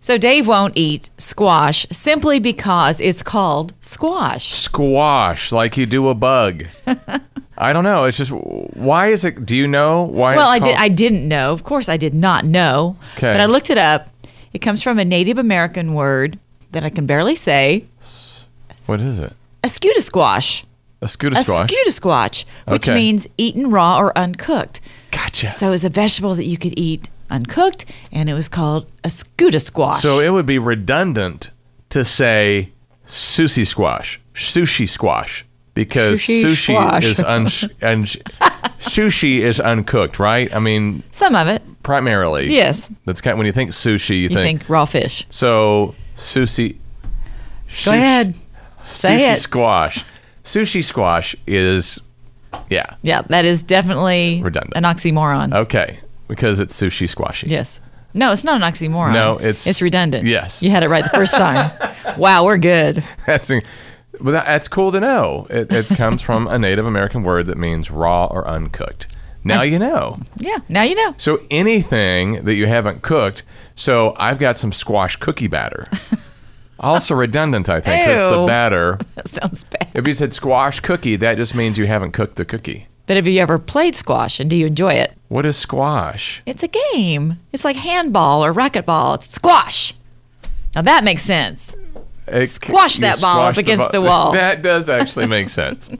So Dave won't eat squash simply because it's called squash. Squash, like you do a bug. I don't know. It's just why is it? Do you know why? Well, it's I did. called- I didn't know. Of course, I did not know. Okay. But I looked it up. It comes from a Native American word that I can barely say. what is it? A squash. A scooter A squash. squash, which Okay. means eaten raw or uncooked. gotcha. So, So it's a vegetable that you could eat uncooked, and it was called a squash. it would be redundant to say sushi squash, sushi squash, because Sushi sushi, squash. is un and sushi is uncooked, right? I mean, Some of it. primarily. Yes. That's kind. when you think sushi, You you, think, raw fish. so sushi. Go ahead. Say sushi it. squash. Sushi squash is, yeah, Yeah, that is definitely Redundant. an oxymoron. okay, because it's sushi squashy. Yes. No, it's not an oxymoron. No, it's- it's redundant. yes. You had it right the first time. wow, we're good. That's, but that, that's cool to know. It, it comes from a Native American word that means raw or uncooked. Now you know. Yeah. Now you know. So anything that you haven't cooked. So I've got some squash cookie batter. Also redundant, I think. 'cause Ew. the batter. That sounds bad. If you said squash cookie, that just means you haven't cooked the cookie. But have you ever played squash and do you enjoy it? What is squash? It's a game. It's like handball or racquetball. It's squash. Now that makes sense. It- Squash you that ball up squash against ball- the wall. That does actually make sense.